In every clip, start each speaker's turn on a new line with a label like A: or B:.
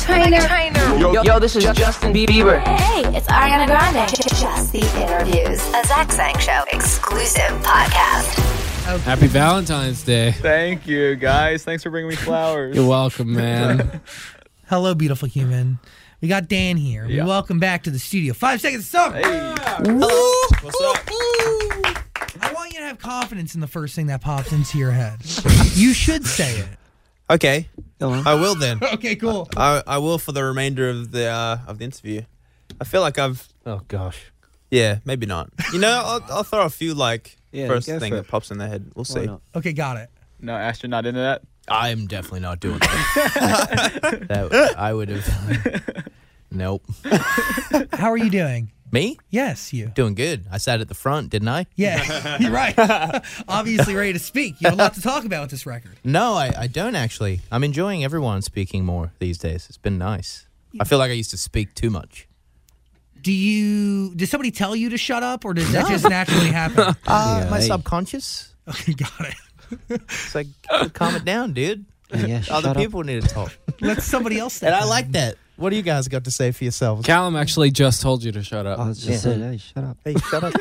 A: Trainer. Trainer.
B: Yo, yo, this is Justin Bieber.
C: Hey, it's Ariana Grande. Just the interviews, a Zach Sang Show exclusive podcast.
D: Happy Valentine's Day.
E: Thank you, guys. Thanks for bringing me flowers.
D: You're welcome, man.
F: Hello, beautiful human. We got Dan here.
E: Yeah.
F: We welcome back to the studio. Five seconds to summer.
E: What's up?
F: I want you to have confidence in the first thing that pops into your head. you should say it.
G: Okay. I will then.
F: Okay, cool.
G: I, I will for the remainder of the uh, of the interview. I feel like I've
D: oh gosh.
G: yeah maybe not. You know I'll, I'll throw a few like
B: Yeah,
G: first
B: go
G: thing
B: for it.
G: that pops in the head. We'll see.
B: not?
F: Okay, got it.
E: No, Ashton, not into that.
H: I'm definitely not doing that. that I would have. Nope.
F: How are you doing?
H: Me?
F: Yes, you.
H: Doing good. I sat at the front, didn't I?
F: Yeah, you're right. Obviously, ready to speak. You have a lot to talk about with this record.
H: No, I, I don't actually. I'm enjoying everyone speaking more these days. It's been nice. I feel like I used to speak too much.
F: Do you? Does somebody tell you to shut up, or does that just naturally happen?
H: Uh, my
B: Yeah, hey.
H: subconscious?
F: okay, got it.
H: It's like, calm it down, dude.
B: Yeah, shut
H: Other
B: up.
H: people need to talk.
F: Let somebody else.
H: and I like that. What do you guys got to say for yourselves?
D: Callum actually just told you to shut up.
B: I was just saying, hey, shut up.
H: Hey, shut up.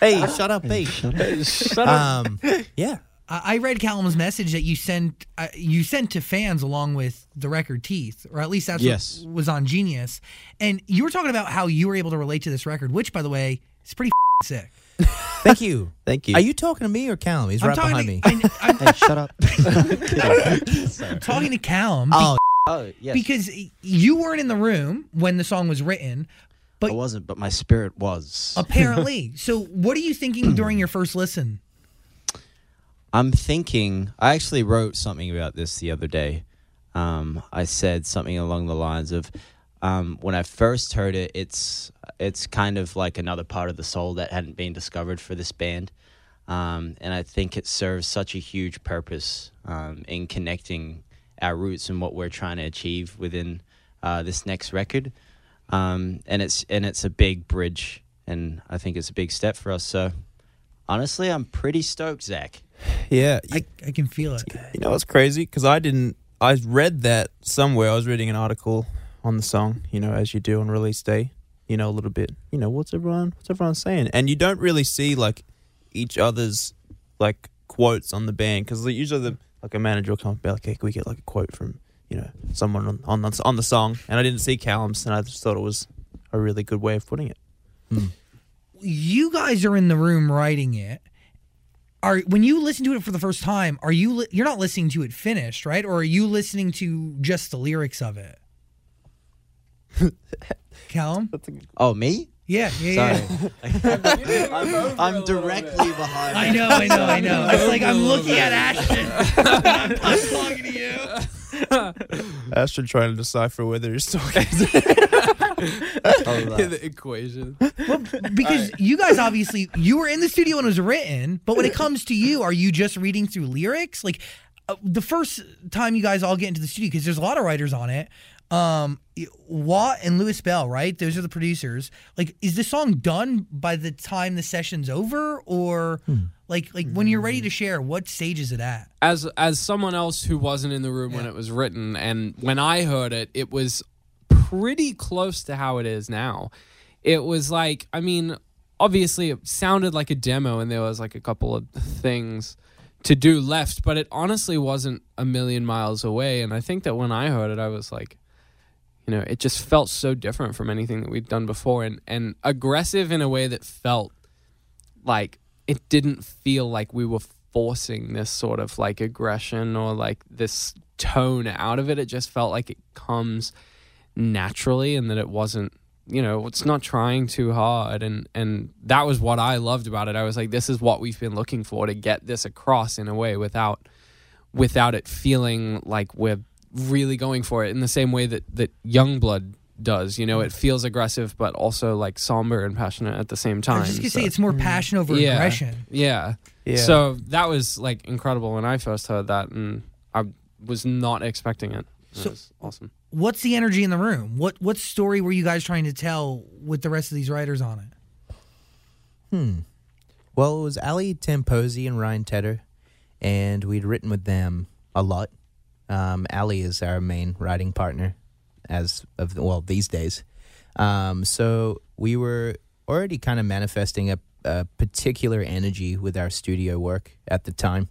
H: hey, shut up, hey.
B: Shut up.
H: Um, yeah.
F: I I read Callum's message that you sent uh, you sent to fans along with the record Teeth, or at least that's
D: Yes.
F: what was on Genius. And you were talking about how you were able to relate to this record, which, by the way, is pretty f- sick.
H: Thank you.
G: Thank you.
H: Are you talking to me or Callum? He's right behind me.
F: to, I,
B: Hey, shut up.
F: am talking to Callum be-
H: Oh,
B: Oh, yes.
F: because you weren't in the room when the song was written,
B: I wasn't, but my spirit was.
F: apparently. so, what are you thinking during your first listen?
B: I'm thinking. I actually wrote something about this the other day. Um, I said something along the lines of, um, when I first heard it, it's it's kind of like another part of the soul that hadn't been discovered for this band, um, and I think it serves such a huge purpose um, in connecting our roots and what we're trying to achieve within uh, this next record, um, and it's and it's a big bridge, and I think it's a big step for us. So, honestly, I'm pretty stoked, Zach.
G: yeah. You,
F: I, I can feel it.
G: you know what's crazy? Because I didn't. I read that somewhere. I was reading an article on the song. You know, as you do on release day. You know a little bit. You know what's everyone? What's everyone saying? And you don't really see like each other's like quotes on the band because usually the like a manager will come up and be like, "Hey, can we get like a quote from you know someone on on the, on the song?" And I didn't see Callum's, and I just thought it was a really good way of putting it.
F: you guys are in the room writing it. Are when you listen to it for the first time, are you li- you're not listening to it finished, right? Or are you listening to just the lyrics of it? Callum?
B: Oh, me?
F: Yeah, yeah,
B: Sorry.
F: yeah.
B: I'm, I'm directly behind.
F: I know, I know, I know. It's like I'm looking at Ashton. I'm, I'm talking to you.
G: Ashton trying to decipher whether he's talking.
D: the equation.
F: Because you guys obviously you were in the studio when it was written, but when it comes to you, are you just reading through lyrics? Like uh, the first time you guys all get into the studio, because there's a lot of writers on it. Um, y- Watt and Lewis Bell, right? Those are the producers. Like, is the song done by the time the session's over, or like like when you're ready to share? What stage is it at?
D: As as someone else who wasn't in the room when it was written, and when I heard it, it was pretty close to how it is now. It was like, I mean, obviously it sounded like a demo, and there was like a couple of things to do left, but it honestly wasn't a million miles away. And I think that when I heard it, I was like, you know, it just felt so different from anything that we'd done before, and and aggressive in a way that felt like it didn't feel like we were forcing this sort of like aggression or like this tone out of it. It just felt like it comes naturally and that it wasn't you know it's not trying too hard and and that was what i loved about it i was like this is what we've been looking for to get this across in a way without without it feeling like we're really going for it in the same way that that youngblood does you know it feels aggressive but also like somber and passionate at the same
F: I
D: time
F: was just gonna
D: so-
F: say it's more passion over
D: yeah.
F: aggression.
D: yeah.
G: Yeah.
D: So that was like incredible when I first heard that, and I was not expecting it. It
F: So-
D: was awesome.
F: What's the energy in the room? What what story were you guys trying to tell with the rest of these writers on it?
H: Well, it was Ali Tamposi and Ryan Tedder, and we'd written with them a lot. Um, Ali is our main writing partner, as of well these days. Um, so we were already kind of manifesting a, a particular energy with our studio work at the time,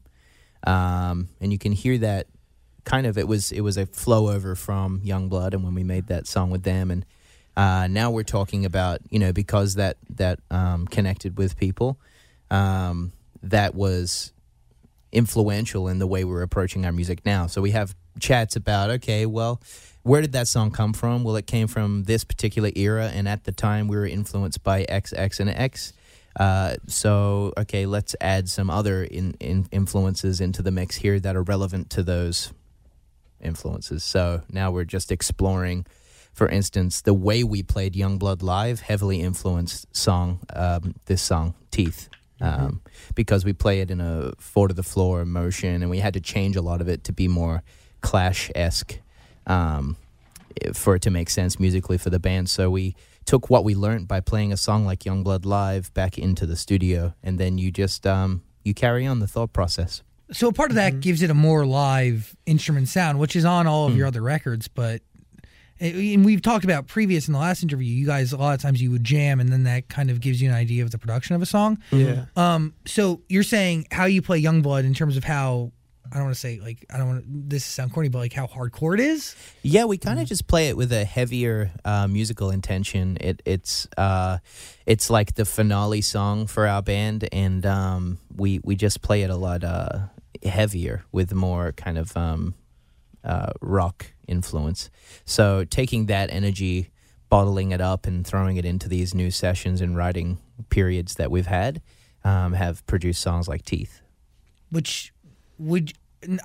H: um, and you can hear that kind of it was it was a flow over from Youngblood and when we made that song with them and uh, now we're talking about you know because that that um, connected with people um, that was influential in the way we're approaching our music now. So we have chats about okay, well, where did that song come from? Well, it came from this particular era, and at the time we were influenced by X, X, and X. Uh, so okay, let's add some other in, in influences into the mix here that are relevant to those influences. So now we're just exploring. For instance, the way we played Youngblood live heavily influenced song um, this song Teeth um, because we play it in a four to the floor motion, and we had to change a lot of it to be more Clash esque um, i- for it to make sense musically for the band. So we took what we learned by playing a song like Youngblood live back into the studio, and then you just um, you carry on the thought process.
F: So a part of that gives it a more live instrument sound, which is on all of your other records. But eh, and we've talked about previous in the last interview. You guys a lot of times you would jam, and then that kind of gives you an idea of the production of a song.
G: Yeah.
F: Um. So you're saying how you play Youngblood in terms of how I don't want to say like I don't want this sound corny, but like how hardcore it is.
H: Yeah, we kind of just play it with a heavier uh, musical intention. It, it's uh, it's like the finale song for our band, and um, we we just play it a lot uh, heavier with more kind of um, uh, rock influence. So taking that energy, bottling it up, and throwing it into these new sessions and writing periods that we've had um, have produced songs like Teeth.
F: which would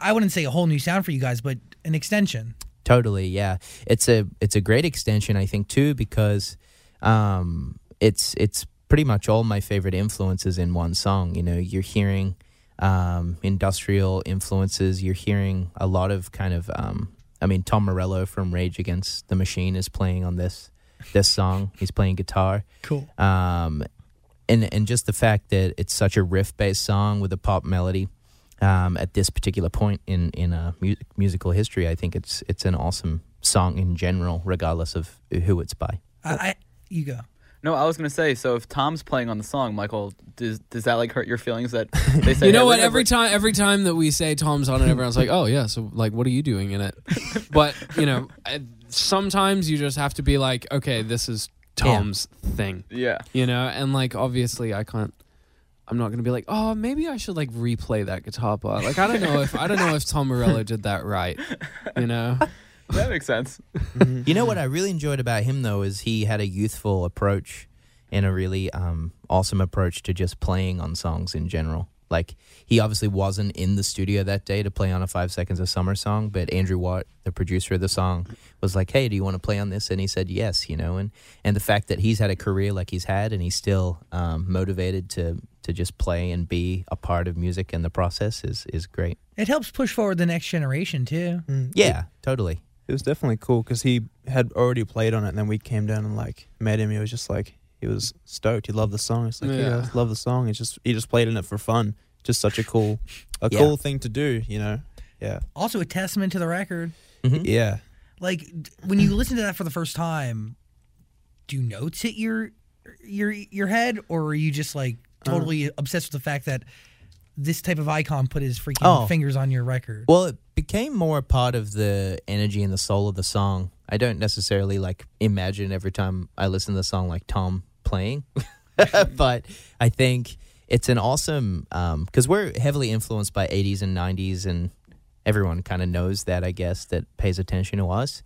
F: I wouldn't say a whole new sound for you guys, but an extension.
H: Totally, yeah. It's a it's a great extension, I think, too, because um, it's it's pretty much all my favorite influences in one song. You know, you're hearing um, industrial influences. You're hearing a lot of kind of, um, I mean, Tom Morello from Rage Against the Machine is playing on this this song. He's playing guitar.
F: Cool.
H: Um, and and just the fact that it's such a riff based song with a pop melody. Um, at this particular point in in uh, mu- musical history, I think it's it's an awesome song in general, regardless of who it's by.
F: I, I you go.
E: No, I was gonna say. So if Tom's playing on the song, Michael, does does that like hurt your feelings that they say?
D: You know
E: "Hey,
D: what?
E: we're
D: Every time, every time that we say Tom's on it, everyone's like, "Oh yeah." So like, what are you doing in it? But you know, I- sometimes you just have to be like, "Okay, this is Tom's thing,"
E: gonna-" Yeah.
D: you know. And like, obviously, I can't. I'm not gonna be like, "Oh, maybe I should like replay that guitar part." Like, I don't know if I don't know if Tom Morello did that right, you know.
E: That makes sense.
H: You know what I really enjoyed about him though is he had a youthful approach and a really um, awesome approach to just playing on songs in general. Like he obviously wasn't in the studio that day to play on a Five Seconds of Summer song, but Andrew Watt, the producer of the song, was like, "Hey, do you want to play on this?" And he said, "Yes," you know. And and the fact that he's had a career like he's had, and he's still um, motivated to to just play and be a part of music and the process is is great.
F: It helps push forward the next generation too.
G: Mm.
H: Yeah, totally.
G: It was definitely cool because he had already played on it, and then we came down and like met him. He was just like he was stoked. He loved the song. It's like yeah,
D: Yeah.
G: I just love the song. It's just he just played in it for fun. Just such a cool, a
H: Yeah.
G: cool thing to do. You know. Yeah.
F: Also a testament to the record.
H: Mm-hmm.
G: Yeah.
F: Like d- when you listen to that for the first time, do notes hit your your your head, or are you just like
H: Uh.
F: totally obsessed with the fact that this type of icon put his freaking
H: Oh.
F: fingers on your record?
H: Well, it became more a part of the energy and the soul of the song. I don't necessarily like imagine every time I listen to the song like Tom playing, but I think it's an awesome because we're heavily influenced by 80s and 90s, and everyone kind of knows that, I guess, that pays attention to us.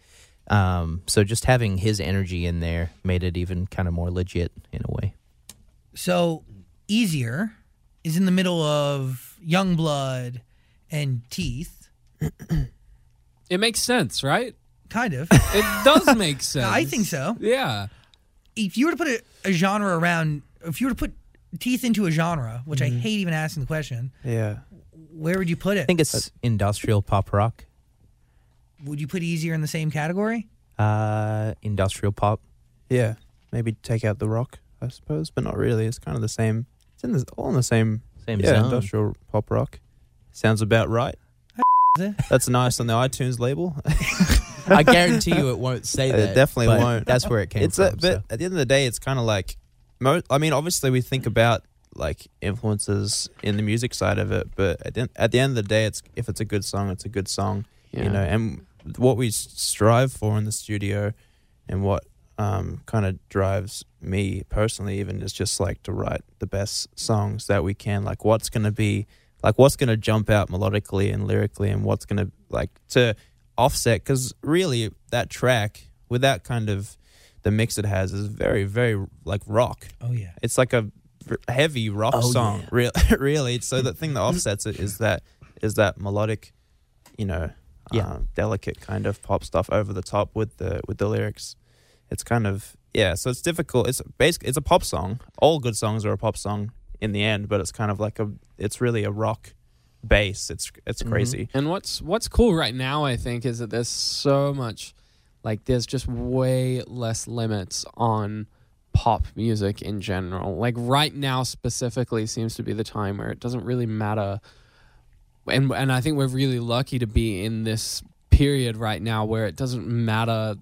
H: Um, so just having his energy in there made it even kind of more legit in a way.
F: So easier is in the middle of Youngblood and Teeth,
D: It makes sense, right?
F: kind of.
D: It does make sense.
F: I think so.
D: Yeah.
F: if you were to put a, a genre around, if you were to put teeth into a genre, which I hate even asking the question,
G: Yeah.
F: where would you put it?
H: Mm-hmm. I think it's industrial pop rock,
F: would you put easier in the same category?
H: uh, industrial pop.
G: Yeah. Maybe take out the rock, I suppose, but not really. It's kind of the same. It's in the all in the same.
H: Same
G: yeah.
H: zone.
G: Industrial pop rock. Sounds about right.
F: Is it?
G: That's nice on the iTunes label.
H: I guarantee you it won't say
G: It
H: that.
G: definitely
H: but
G: won't.
H: That's where it came
G: it's
H: from.
G: a, but
H: so.
G: at the end of the day, it's kind of like, mo- I mean, obviously we think about like influences in the music side of it, but at the, en- at the end of the day, it's if it's a good song, it's a good song,
D: Yeah.
G: you know. And what we s- strive for in the studio, and what um, kind of drives me personally, even is just like to write the best songs that we can. Like, what's gonna be like what's going to jump out melodically and lyrically and what's going to like to offset because really that track with that kind of the mix it has is very very like rock
F: Oh yeah.
G: it's like a v- heavy rock
H: Oh,
G: song
H: yeah.
G: real really so the thing that offsets it is that is that melodic you know
H: Yeah.
G: um, delicate kind of pop stuff over the top with the with the lyrics it's kind of yeah so it's difficult it's basically it's a pop song all good songs are a pop song in the end but it's kind of like a it's really a rock base it's it's
H: Mm-hmm.
G: crazy
D: And what's what's cool right now, I think, is that there's so much, like there's just way less limits on pop music in general. Like right now, specifically, seems to be the time where it doesn't really matter. And and I think we're really lucky to be in this period right now where it doesn't matter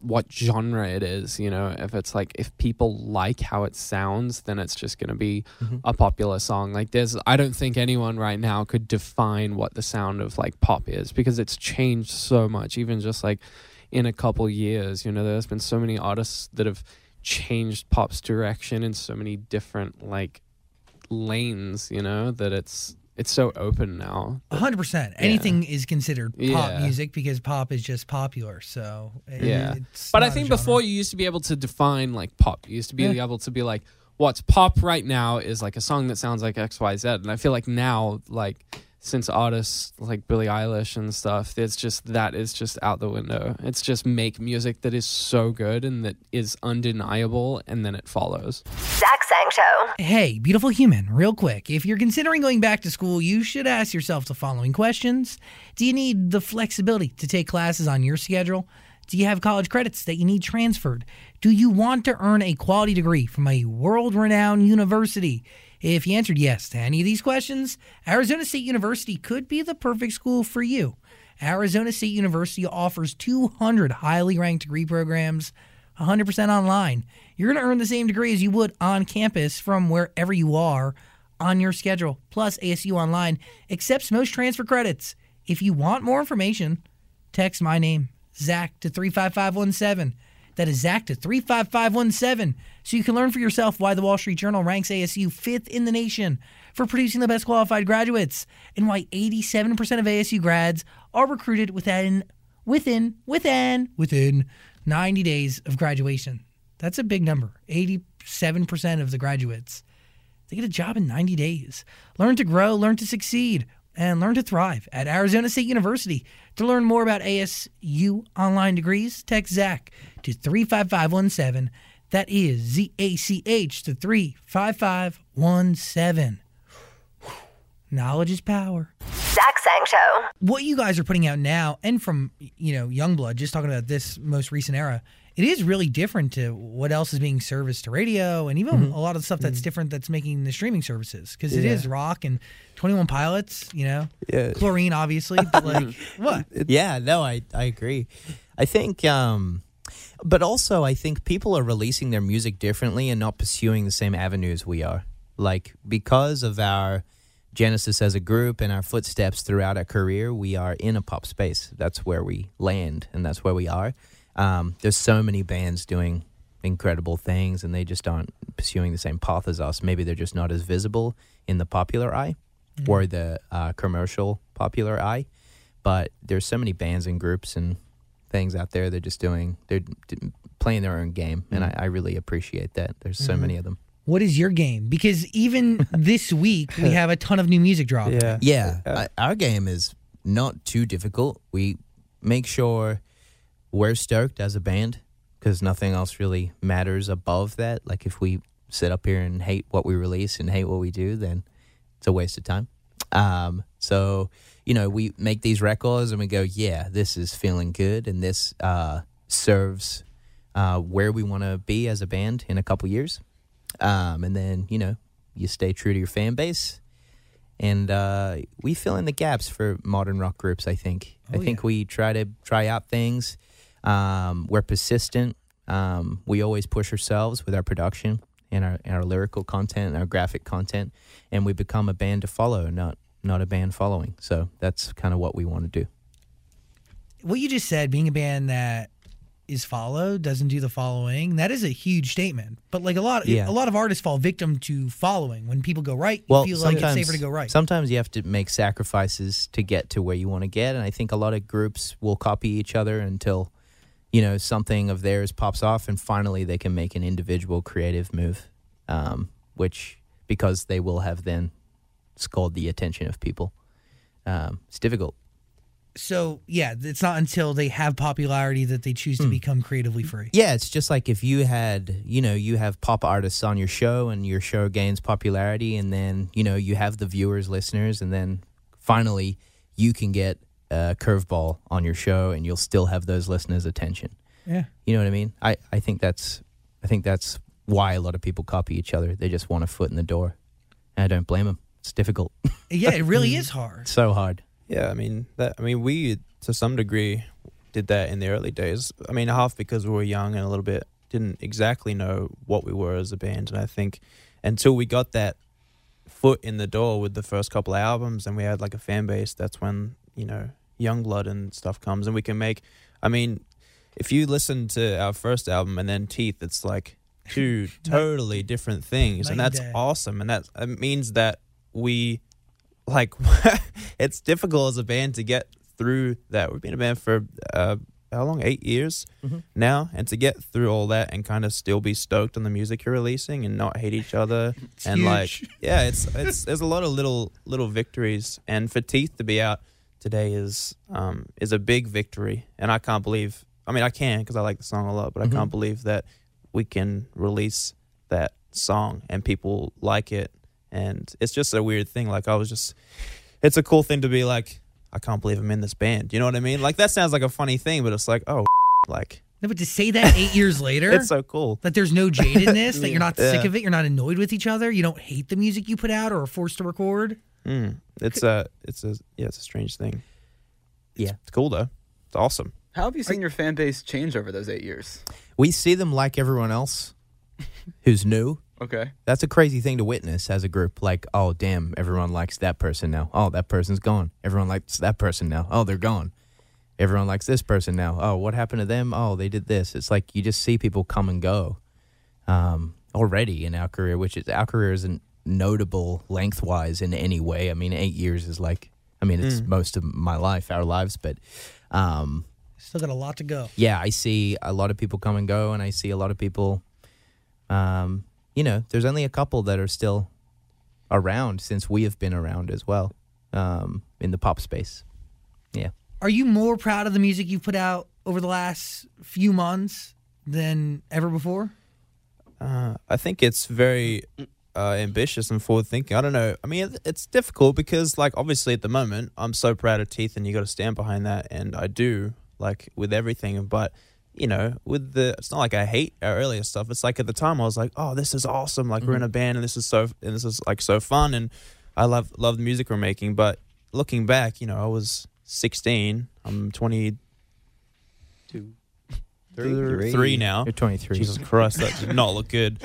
D: what genre it is you know if it's like if people like how it sounds then it's just going to be a popular song like there's i don't think anyone right now could define what the sound of like pop is because it's changed so much even just like in a couple years you know there's been so many artists that have changed pop's direction in so many different like lanes you know that it's it's so open now
F: A hundred percent. Anything is considered pop
D: Yeah.
F: music because pop is just popular. So it-
D: Yeah.
F: it's
D: But I
F: not a
D: think
F: genre.
D: before you used to be able to define like pop. You used to be able to be like, what's pop right now is like a song that sounds like X, Y, Z. And I feel like now, like since artists like Billie Eilish and stuff, it's just that is just out the window. It's just make music that is so good and that is undeniable, and then it follows.
C: Zach Sang Show.
F: Hey, beautiful human, real quick. If you're considering going back to school, you should ask yourself the following questions Do you need the flexibility to take classes on your schedule? Do you have college credits that you need transferred? Do you want to earn a quality degree from a world renowned university? If you answered yes to any of these questions, Arizona State University could be the perfect school for you. Arizona State University offers 200 highly ranked degree programs. 100% online. You're going to earn the same degree as you would on campus from wherever you are on your schedule. Plus, ASU Online accepts most transfer credits. If you want more information, text my name, Zach, to 35517. That is Zach to 35517. So you can learn for yourself why the Wall Street Journal ranks ASU fifth in the nation for producing the best qualified graduates and why 87% of ASU grads are recruited within within within within 90 days of graduation. That's a big number. 87% of the graduates they get a job in 90 days. Learn to grow, learn to succeed, and learn to thrive at Arizona State University. To learn more about ASU online degrees, text Zach to 35517. That is Z A C H to 35517. Knowledge is power
C: Zach Sang Show.
F: what you guys are putting out now and from you know youngblood just talking about this most recent era it is really different to what else is being serviced to radio and even
G: Mm-hmm.
F: a lot of stuff that's different that's making the streaming services because it is rock and 21 pilots you know
G: Yeah.
F: chlorine obviously but like what
H: yeah, no, I, I agree. I think, um, but also, I think people are releasing their music differently and not pursuing the same avenues we are. Like, because of our genesis as a group and our footsteps throughout our career, we are in a pop space. That's where we land and that's where we are. Um, there's so many bands doing incredible things and they just aren't pursuing the same path as us. Maybe they're just not as visible in the popular eye or the uh, commercial popular eye but there's so many bands and groups and things out there they're just doing they're d- playing their own game and I, I really appreciate that there's so many of them
F: what is your game because even this week we have a ton of new music drop
G: yeah
H: yeah I, our game is not too difficult we make sure we're stoked as a band because nothing else really matters above that like if we sit up here and hate what we release and hate what we do then it's a waste of time um, so you know we make these records and we go yeah this is feeling good and this uh, serves uh, where we want to be as a band in a couple years um, and then you know you stay true to your fan base and uh, we fill in the gaps for modern rock groups. I think. I
F: Oh,
H: think
F: yeah.
H: we try to try out things. Um, we're persistent. Um, we always push ourselves with our production and our and our lyrical content and our graphic content, and we become a band to follow, not not a band following. So that's kind of what we want to do.
F: what you just said, being a band that is followed doesn't do the following. That is a huge statement. But like a lot,
H: Yeah.
F: a lot of artists fall victim to following. When people go right, you feel like it's safer to go right.
H: Sometimes you have to make sacrifices to get to where you want to get, and I think a lot of groups will copy each other until you know something of theirs pops off, and finally they can make an individual creative move, um, which because they will have then scored the attention of people. Um, it's difficult.
F: so yeah, it's not until they have popularity that they choose to become creatively free.
H: Yeah, it's just like if you had, you know, you have pop artists on your show and your show gains popularity and then, you know, you have the viewers, listeners, and then finally you can get a curveball on your show and you'll still have those listeners' attention.
F: Yeah.
H: You know what I mean? I, I think that's I think that's why a lot of people copy each other. They just want a foot in the door. And I don't blame them. It's difficult.
F: Yeah, it really is hard.
H: It's so hard.
G: Yeah, I mean that. I mean we to some degree did that in the early days. I mean half because we were young and a little bit didn't exactly know what we were as a band, and I think until we got that foot in the door with the first couple of albums and we had like a fan base, that's when you know young blood and stuff comes and we can make. I mean, if you listen to our first album and then Teeth, it's like two totally different things, and
F: night and
G: that's
F: day.
G: awesome, and that it means that we like it's difficult as a band to get through that. We've been a band for uh, how long? Eight years now, and to get through all that and kind of still be stoked on the music you're releasing and not hate each other and
F: huge.
G: like yeah, it's it's there's a lot of little little victories, and for Teeth to be out today is um is a big victory, and I can't believe. I mean, I can because I like the song a lot, but I can't believe that we can release that song and people like it and it's just a weird thing like i was just it's a cool thing to be like i can't believe i'm in this band you know what i mean like that sounds like a funny thing but it's like oh like
F: No, but to say that eight years later,
G: it's so cool
F: that there's no jadedness, that you're not
G: Yeah.
F: sick of it, you're not annoyed with each other, you don't hate the music you put out or are forced to record.
G: mm. it's a it's a yeah it's a strange thing
H: Yeah.
G: it's cool though it's awesome
E: How have you seen your fan base change over those eight years?
H: We see them like everyone else who's new.
E: Okay.
H: That's a crazy thing to witness as a group. Like, oh damn, everyone likes that person now. Oh, that person's gone. Everyone likes that person now. Oh, they're gone. Everyone likes this person now. Oh, what happened to them? Oh, they did this. It's like you just see people come and go um, already in our career, which is our career isn't notable lengthwise in any way. I mean, eight years is like, I mean, it's most of my life, our lives, but um,
F: Still got a lot to go.
H: yeah, I see a lot of people come and go, and I see a lot of people. Um, you know, there's only a couple that are still around since we have been around as well um, in the pop space. Yeah,
F: Are you more proud of the music you've put out over the last few months than ever before?
G: Uh, I think it's very uh, ambitious and forward thinking. I don't know. I mean, it- it's difficult because, like, obviously at the moment, I'm so proud of Teeth, and you got to stand behind that, and I do, like, with everything. But you know, with the, it's not like I hate our earlier stuff. It's like at the time I was like, oh, this is awesome. Like we're in a band, and this is so, and this is like so fun, and I love love the music we're making. But looking back, you know, I was 16. I'm 22, three, now.
H: you're 23.
G: Jesus Christ, that did not look good.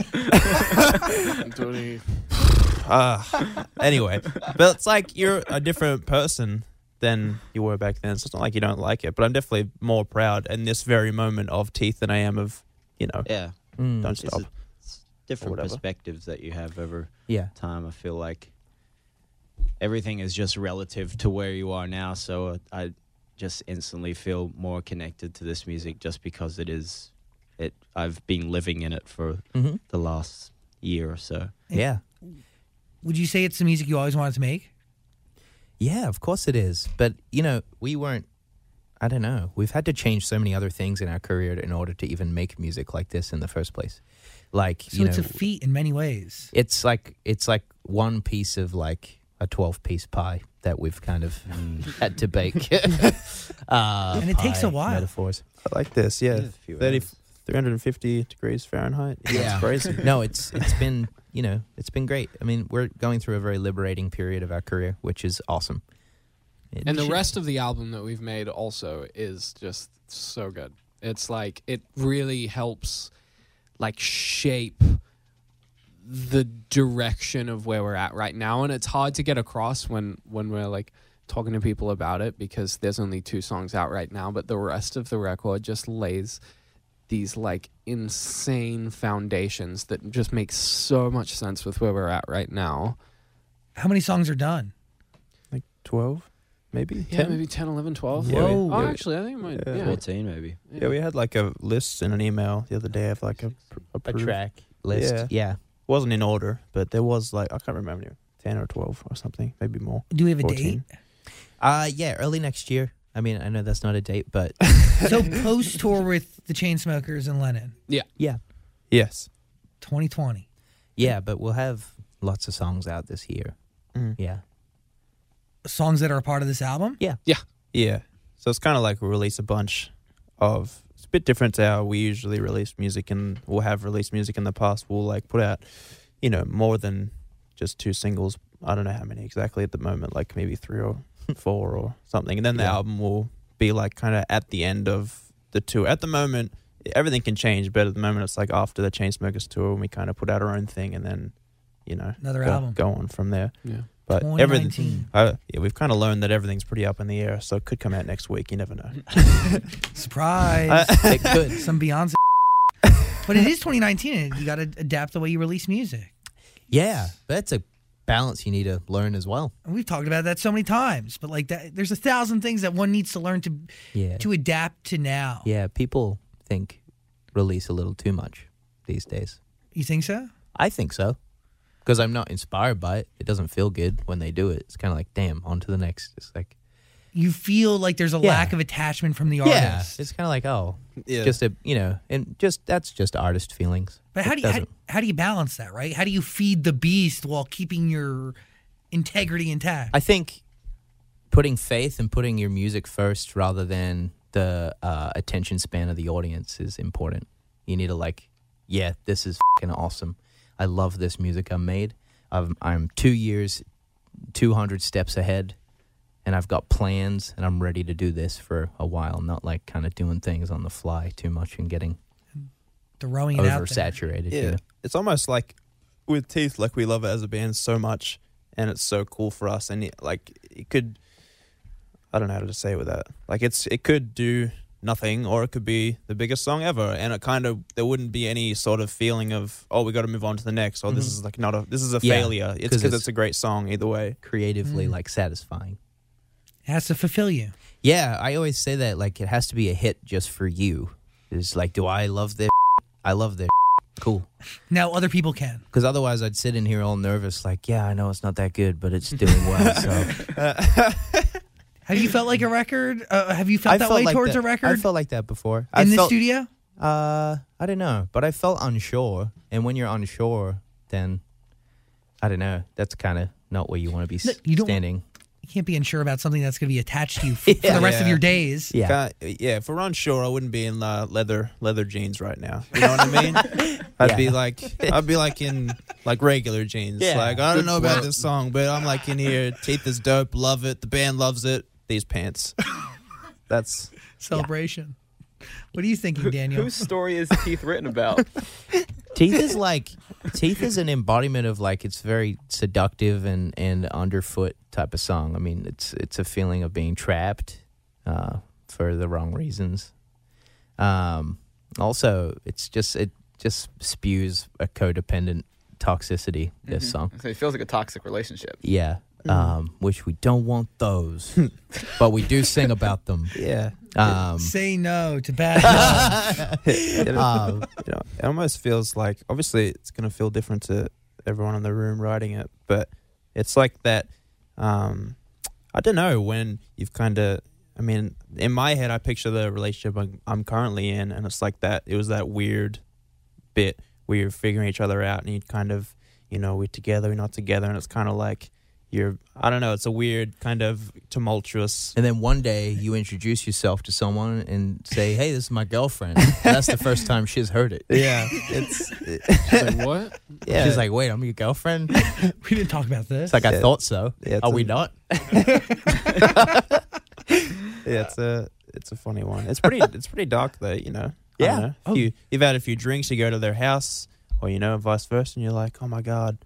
G: Ah, anyway, but it's like you're a different person than you were back then. So it's not like you don't like it, but I'm definitely more proud in this very moment of teeth than I am of, you know,
B: Yeah.
H: Mm,
G: don't
B: It's,
G: stop.
B: a, it's different
G: whatever.
B: perspectives that you have over
H: yeah,
B: time. I feel like everything is just relative to where you are now. So I just instantly feel more connected to this music just because it is it. I've been living in it for
G: Mm-hmm.
H: Mhm.
B: the last year or so.
H: yeah,
F: Would you say it's the music you always wanted to make?
H: yeah. Of course it is, but you know, we weren't. I don't know. We've had to change so many other things in our career in order to even make music like this in the first place. Like,
F: So
H: you
F: it's
H: know,
F: a feat in many ways.
H: it's like it's like one piece of like a 12 piece pie that we've kind of
F: Mm.
H: had to bake uh,
F: And it takes a
H: pie
F: while.
H: metaphors
G: I like this, yeah.
B: a few
G: 30,
B: hours.
G: 350 degrees Fahrenheit. Yeah, it's crazy.
H: no it's it's been you know, it's been great. I mean, we're going through a very liberating period of our career, which is awesome. It
D: And the
H: should-
D: rest of the album that we've made also is just so good. It's like it really helps like shape the direction of where we're at right now and it's hard to get across when when we're like talking to people about it because there's only two songs out right now but the rest of the record just lays these like insane foundations that just make so much sense with where we're at right now.
F: How many songs are done?
G: like 12 maybe
D: Yeah,
G: 10?
D: maybe 10, 11, 12.
G: Yeah, we-
D: oh,
G: yeah, we-
D: actually, I think it might.
G: Yeah.
D: yeah.
B: 14 maybe.
G: yeah we had like a list in an email the other day of like a, pr-
H: a
G: approved-
H: track list.
G: Yeah.
H: Yeah.
G: wasn't in order but there was like i can't remember 10 or 12 or something maybe more
F: Do we have a
G: 14.
H: Uh yeah, early next year. I mean, I know that's not a date, but
F: date? So post tour with the Chainsmokers and Lennon,
H: yeah.
G: yes
F: 2020.
H: Yeah, but we'll have lots of songs out this year.
G: Mm.
H: Yeah.
F: Songs that are a part of this album.
G: Yeah. So it's kind of like we release a bunch of. It's a bit different to how we usually release music, and we'll have released music in the past. We'll like put out, you know, more than just two singles. I don't know how many exactly at the moment, like maybe three or four or something. And then the album will be like kind of at the end of the tour. At the moment, everything can change, but at the moment, it's like after the Chainsmokers tour, and we kind of put out our own thing, and then, you know,
F: Another
G: go,
F: album.
G: go on from there.
D: Yeah.
G: But everything,
F: 2019.
G: uh, yeah, we've kind of learned that everything's pretty up in the air, so it could come out next week. You never know.
F: Surprise.
H: It could.
F: Some Beyonce. but it is 2019, and you got to adapt the way you release music.
H: Yeah, but that's a balance you need to learn as well.
F: And we've talked about that so many times, but like that, there's a thousand things that one needs to learn to
H: Yeah.
F: to adapt to now.
H: Yeah, people think release a little too much these days.
F: You think so?
H: I think so. Because I'm not inspired by it. It doesn't feel good when they do it. It's kind of like, damn, on to the next. It's like,
F: You feel like there's a
H: Yeah.
F: lack of attachment from the
H: yeah.
F: artist.
H: It's kind of like, oh,
G: Yeah.
H: just a, you know, and just that's just artist feelings.
F: But how
H: It
F: do you how,
H: doesn't-
F: how do you balance that, right? How do you feed the beast while keeping your integrity intact?
H: I think putting faith and putting your music first rather than the uh, attention span of the audience is important. You need to like, yeah, this is fucking awesome. I love this music I made. I've, I'm two years, two hundred steps ahead, and I've got plans, and I'm ready to do this for a while. Not like kind of doing things on the fly too much and getting
F: Throwing it out there.
H: oversaturated.
G: Yeah.
H: you know?
G: It's almost like with Teeth, like we love it as a band so much and it's so cool for us and it, like it could I don't know how to say it with that. Like it's it could do nothing or it could be the biggest song ever and it kind of there wouldn't be any sort of feeling of oh we got to move on to the next or this is like not a this is a
H: Mm-hmm. Yeah,
G: failure. It's
H: 'cause
G: cuz
H: it's-
G: it's a great song either way.
H: Creatively,
F: Mm.
H: like satisfying.
F: It has to fulfill you.
H: Yeah, I always say that like it has to be a hit just for you. It's like, do I love this? I love this. Cool.
F: Now other people can.
H: Because otherwise, I'd sit in here all nervous, like, yeah, I know it's not that good, but it's doing well. So
F: Have you felt like a record? Uh, have you felt that way towards a record
H: I felt like that before.
F: in
H: I
F: the
H: felt,
F: studio?
H: Uh, I don't know, but I felt unsure. And when you're unsure, then I don't know. That's kind of not where you want to be
F: No,
H: s-
F: you don't-
H: standing.
F: You can't be unsure about something that's going to be attached to you f- for the rest of
G: Yeah.
F: your days.
H: Yeah.
G: Kinda- yeah, if we're on shore, I wouldn't be in uh, leather leather jeans right now. You know what I mean? I'd be
H: Yeah.
G: like, I'd be like in like regular jeans.
H: Yeah.
G: Like I don't know about this song, but I'm like in here. Teeth is dope. Love it. The band loves it. These pants. That's
F: Celebration. What are you thinking, Daniel?
E: Whose story is Teeth written about?
H: teeth is like teeth is an embodiment of like it's very seductive and and underfoot type of song i mean it's it's a feeling of being trapped uh for the wrong reasons um also it's just it just spews a codependent toxicity this song
E: So it feels like a toxic relationship.
H: yeah um which we don't want those but we do sing about them
G: yeah.
H: um
F: Say no to bad. love.
G: It,
H: uh,
G: you know, it almost feels like obviously it's gonna feel different to everyone in the room writing it, but it's like that. Um, I don't know when you've kind of. I mean, in my head, I picture the relationship I'm, I'm currently in, and it's like that. It was that weird bit where you're figuring each other out, and you kind of, you know, we're together, we're not together, and it's kind of like, you're I don't know. It's a weird kind of tumultuous.
H: And then one day you introduce yourself to someone and say, "Hey, this is my girlfriend." And that's the first time she's heard it.
G: Yeah, it's
D: Like, what?
G: yeah.
H: She's like, "Wait, I'm your girlfriend."
F: We didn't talk about
H: It's
F: this.
H: like I
G: Yeah.
H: thought so.
G: Yeah, it's
H: Are we
G: a-
H: not?
G: yeah, it's a it's a funny one. It's pretty it's pretty dark though, you know.
H: Uh,
G: I
H: Yeah. Oh.
G: don't know. If You you've had a few drinks, you go to their house, or you know, vice versa, and you're like, oh my god,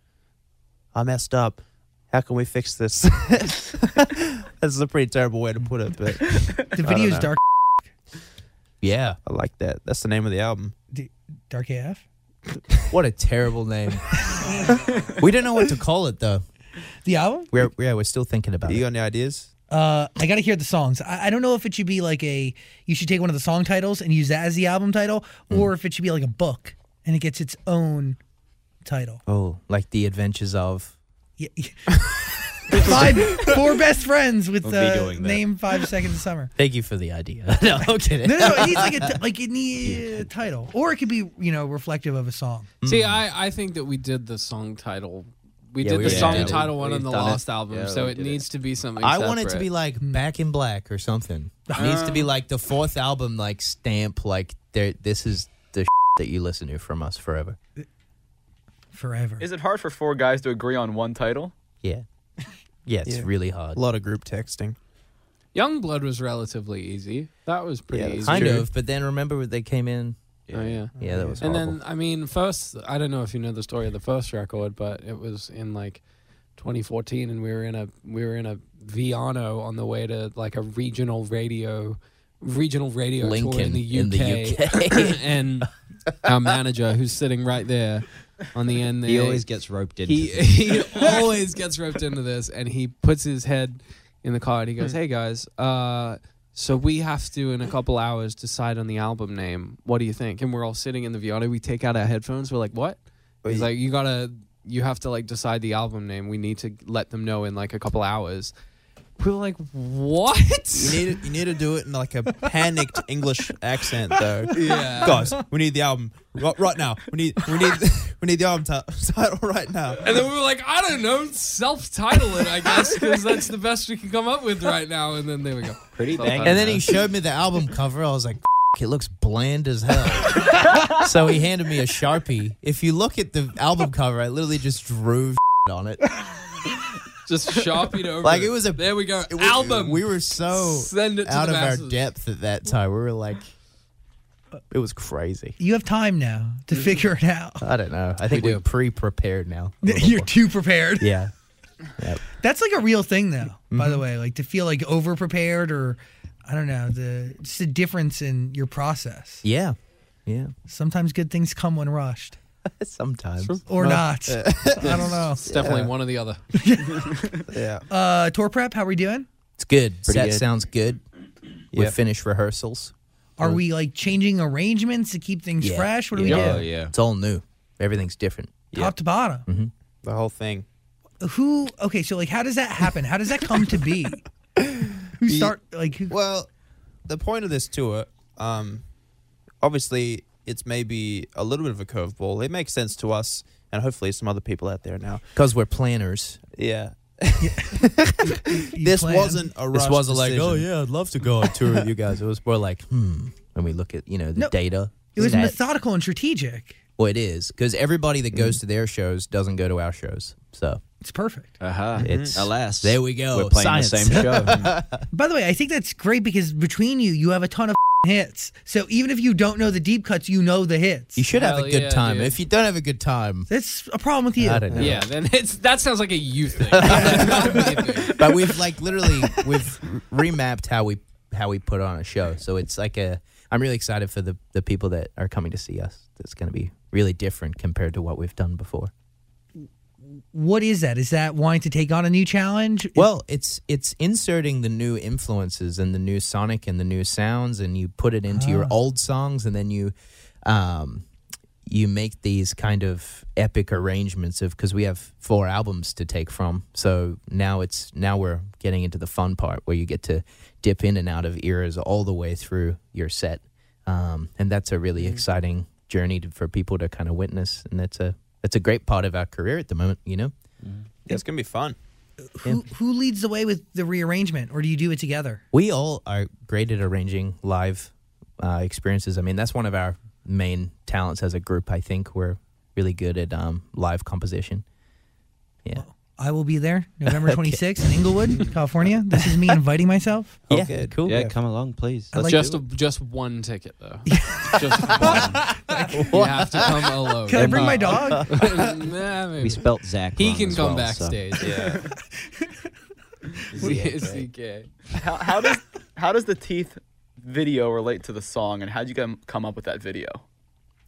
G: I messed up. How can we fix this? this is a pretty terrible way to put it, but
F: the video's
G: know.
F: dark,
H: Yeah.
G: I like that. That's the name of the album.
F: dark AF.
H: What a terrible name. we don't know what to call it though.
F: The album.
H: We're yeah, we're still thinking about
G: You
H: it.
G: got any ideas?
F: Uh, I gotta hear the songs. I, I don't know if it should be like a. You should take one of the song titles and use that as the album title,
B: Mm.
F: or if it should be like a book and it gets its own title.
H: Oh, like the adventures of.
F: Yeah. five, four best friends with
B: We'll be
F: uh,
B: doing that.
F: name five seconds of summer.
H: Thank you for the idea. no, I'm kidding.
F: No, no, no. It needs like a t- like it needs a title, or it could be you know reflective of a song.
D: See, I, I think that we did the song title. We
H: Yeah,
D: did
H: we
D: the
H: did.
D: song
H: Yeah, we-
D: title one on
B: we've
D: the
B: done it.
D: last album,
B: Yeah,
D: so
B: we
D: it
B: did it.
D: needs to be something.
H: I want it to
D: separate.
H: be like Back in Black or something. It needs to be like the fourth album, like stamp, like there. This is the that you listen to from us forever.
F: Forever.
E: Is it hard for four guys to agree on one title?
H: Yeah, yeah, it's
G: Yeah.
H: really hard.
G: A lot of group texting.
D: Young Blood was relatively easy. That was pretty
G: Yeah, that's
D: easy.
H: kind
G: Sure.
H: of, but then remember when they came in?
D: Oh yeah.
H: Yeah, that was
D: And
H: horrible.
D: then I mean, first I don't know if you know the story of the first record, but it was in like 2014, and we were in a we were in a Viano on the way to like a regional radio regional radio tour in
H: Lincoln
D: the UK,
H: in the UK.
D: and our manager who's sitting right there on the end there.
B: He always gets roped into
D: he,
B: this.
D: he always gets roped into this and he puts his head in the car and he goes
H: Hmm.
D: hey guys uh, so we have to in a couple hours decide on the album name what do you think and we're all sitting in the Viano. we take out our headphones we're like what he's like you gotta you have to like decide the album name we need to let them know in like a couple hours we were like
G: You
D: what
G: need you need to do it in like a panicked English accent though.
D: yeah
G: Guys, we need the album right, right now. We need we need we need the album ti- title right now.
D: and then we were like, I don't know, self-title it, I guess, because that's the best we can come up with right now. And then there we go.
B: Pretty
D: Sometimes.
B: bang.
H: And then he showed me the album cover. I was like, "F- it looks bland as hell. so he handed me a Sharpie. If you look at the album cover, I literally just drew on it.
D: Just sharpie over.
H: Like, it was a-
D: There we go.
H: It was-
D: Album.
H: We were so
D: Send it to
H: Oh, out
D: the
H: of our
D: masses.
H: depth at that time. We were like, it was crazy.
F: You have time now to figure it out.
H: I don't know. I think
D: We
H: we
D: do.
H: are pre-prepared now.
F: You're too prepared.
H: yeah.
F: That's like a real thing, though. By the way, like to feel like over prepared or I don't know the just a difference in your process.
H: Yeah. Yeah.
F: Sometimes good things come when rushed
H: Sometimes.
F: or not. I don't know.
D: It's definitely one or the other.
G: Yeah.
F: Uh, tour prep, how are we doing?
H: It's good. Set
G: good.
H: sounds good. We
G: Yeah.
H: finished rehearsals.
F: Are we like changing arrangements to keep things
H: Yeah.
F: fresh? What do we
H: Yeah.
F: do?
B: Oh yeah.
H: It's all new. Everything's different.
F: Top to bottom.
G: The whole thing.
F: Who? Okay, so like, how does that happen? How does that come to be? Who start like who?
G: Well, the point of this tour, um, obviously, it's maybe a little bit of a curveball. It makes sense to us, and hopefully, some other people out there now.
H: Because we're planners.
G: Yeah,
F: you
G: this
F: plan?
G: wasn't a rush.
H: this wasn't like, oh
G: decision.
H: yeah, I'd love to go on tour with you guys. It was more like, hmm. And we look at you know the
F: No.
H: data.
F: It was
H: stats.
F: methodical and strategic.
H: Well, it is because everybody that goes to their shows doesn't go to our shows. So
F: It's perfect.
B: Uh-huh.
D: Mm-hmm.
H: It's-
B: alas.
H: there we go.
B: We're playing
H: Science.
B: the same show.
F: By the way, I think that's great because between you, you have a ton of hits. So even if you don't know the deep cuts, you know the hits.
H: you should have
D: Hell
H: a good
D: yeah,
H: time.
D: dude.
H: If you don't have a good time,
F: That's a problem with you.
H: I don't know.
D: Yeah, then it's that sounds like a you thing. That's not me thing.
H: but we've like literally we've remapped how we how we put on a show. So it's like a I'm really excited for the the people that are coming to see us. It's going to be really different compared to what we've done before.
F: What is that? Is that wanting to take on a new challenge?
H: Well, it's it's inserting the new influences and the new sonic and the new sounds, and you put it into your old songs, and then you, um, you make these kind of epic arrangements of because we have four albums to take from. So now it's now we're getting into the fun part where you get to dip in and out of eras all the way through your set, um, and that's a really exciting journey to, for people to kind of witness, and that's a that's a great part of our career at the moment, you know.
G: Yeah, it's gonna be fun.
F: who who leads the way with the rearrangement, or do you do it together?
H: we all are great at arranging live uh, experiences. I mean, that's one of our main talents as a group. I think we're really good at um, live composition. Yeah.
F: I will be there November 26th in Inglewood, California. This is me inviting myself.
H: Yeah,
B: good.
H: cool.
B: Yeah, come along, please.
F: I like-
D: just a, just one ticket though. just one. you have to come alone.
F: Can I bring my
D: Uh,
F: dog?
D: nah, maybe.
B: we spelt Zach.
D: He
B: wrong
D: can
B: as
D: come
B: well, so-
D: backstage.
G: Yeah.
D: Z- ZK.
E: How, how does how does the teeth video relate to the song, and how would you come come up with that video?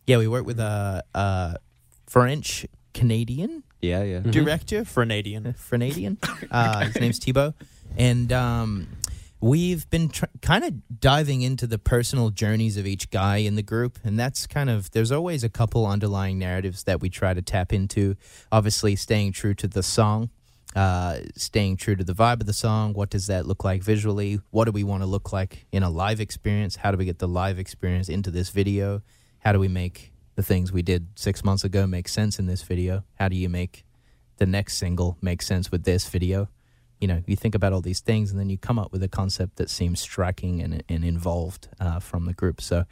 H: Yeah, we work with a, a French Canadian
B: Yeah, yeah.
G: Director Frenadian.
H: Frenadian. Uh, his name's Tebow, and um, we've been tr- kind of diving into the personal journeys of each guy in the group, and that's kind of there's always a couple underlying narratives that we try to tap into. Obviously, staying true to the song. Uh, staying true to the vibe of the song. What does that look like visually? What do we want to look like in a live experience? How do we get the live experience into this video? How do we make the things we did six months ago make sense in this video? How do you make the next single makes sense with this video. You know, you think about all these things, and then you come up with a concept that seems striking and, and involved uh, from the group. So,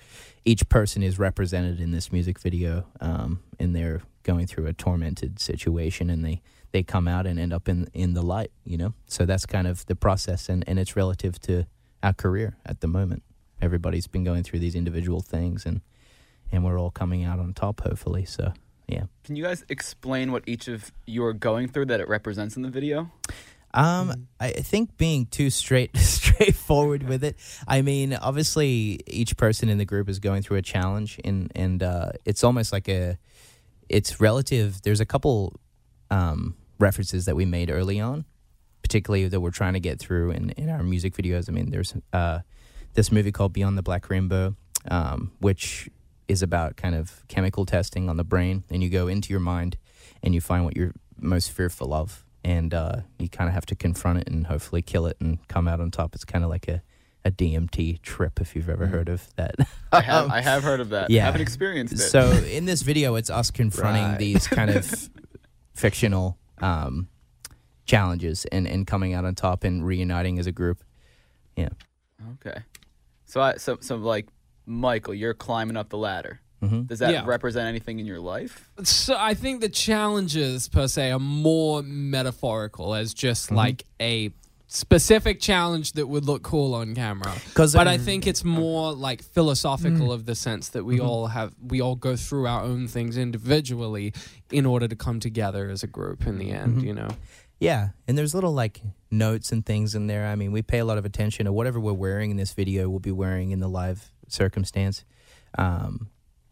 H: each person is represented in this music video, um, and they're going through a tormented situation, and they they come out and end up in in the light. You know, so that's kind of the process, and and it's relative to our career at the moment. Everybody's been going through these individual things, and and we're all coming out on top, hopefully. So, yeah.
E: Can you guys explain what each of you are going through that it represents in the video?
H: Um, I I think being too straight straightforward with it. I mean, obviously, each person in the group is going through a challenge, and and uh, it's almost like a, it's relative. There's a couple um, references that we made early on, particularly that we're trying to get through in, in our music videos. I mean, there's uh, this movie called Beyond the Black Rainbow, um, which is about kind of chemical testing on the brain, and you go into your mind and you find what you're most fearful of, and uh, you kind of have to confront it and hopefully kill it and come out on top. It's kind of like a, a DMT trip, if you've ever heard of that.
E: Mm.
H: Um,
E: I have I have heard of that.
H: yeah.
E: I haven't experienced it.
H: So in this video, it's us confronting
G: Right.
H: these kind of fictional um, challenges and, and coming out on top and reuniting as a group. Yeah.
E: okay. So I so so like Michael, you're climbing up the ladder. Does that
D: Yeah.
E: represent anything in your life?
D: So I think the challenges per se are more metaphorical as just like a specific challenge that would look cool on camera.
H: 'Cause,
D: but I
H: um,
D: think it's more like philosophical of the sense that we all have we all go through our own things individually in order to come together as a group in the end, you know.
H: Yeah, and there's little like notes and things in there. I mean, we pay a lot of attention to whatever we're wearing in this video. We'll be wearing in the live circumstance, um,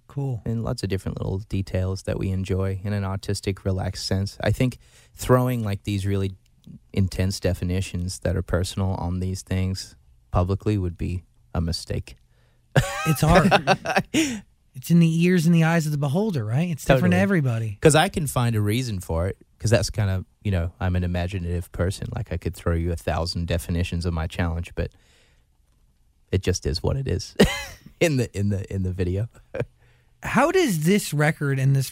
F: Cool.
H: and lots of different little details that we enjoy in an artistic, relaxed sense. I think throwing like these really intense definitions that are personal on these things publicly would be a mistake.
F: It's hard. it's in the ears and the eyes of the beholder, right? It's different to
H: Totally.
F: everybody.
H: Because I can find a reason for it. Because that's kind of you know I'm an imaginative person. Like I could throw you a thousand definitions of my challenge, but it just is what it is in the in the in the video.
F: How does this record and this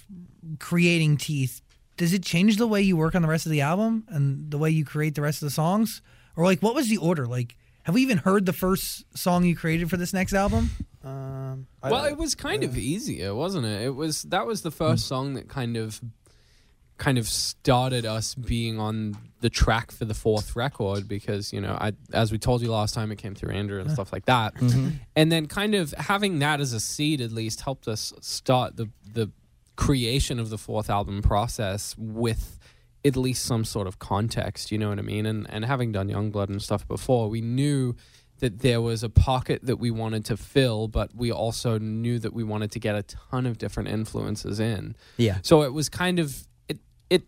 F: creating teeth does it change the way you work on the rest of the album and the way you create the rest of the songs? Or like what was the order? Like have we even heard the first song you created for this next album?
G: Um,
D: Well, it was kind of easier, wasn't it? It was that was the first song that kind of kind of started us being on the track for the fourth record because, you know, I as we told you last time it came through Andrew and stuff like that. And then kind of having that as a seed at least helped us start the the creation of the fourth album process with at least some sort of context, you know what I mean? And and having done Youngblood and stuff before, we knew that there was a pocket that we wanted to fill, but we also knew that we wanted to get a ton of different influences in.
H: Yeah.
D: So it was kind of it it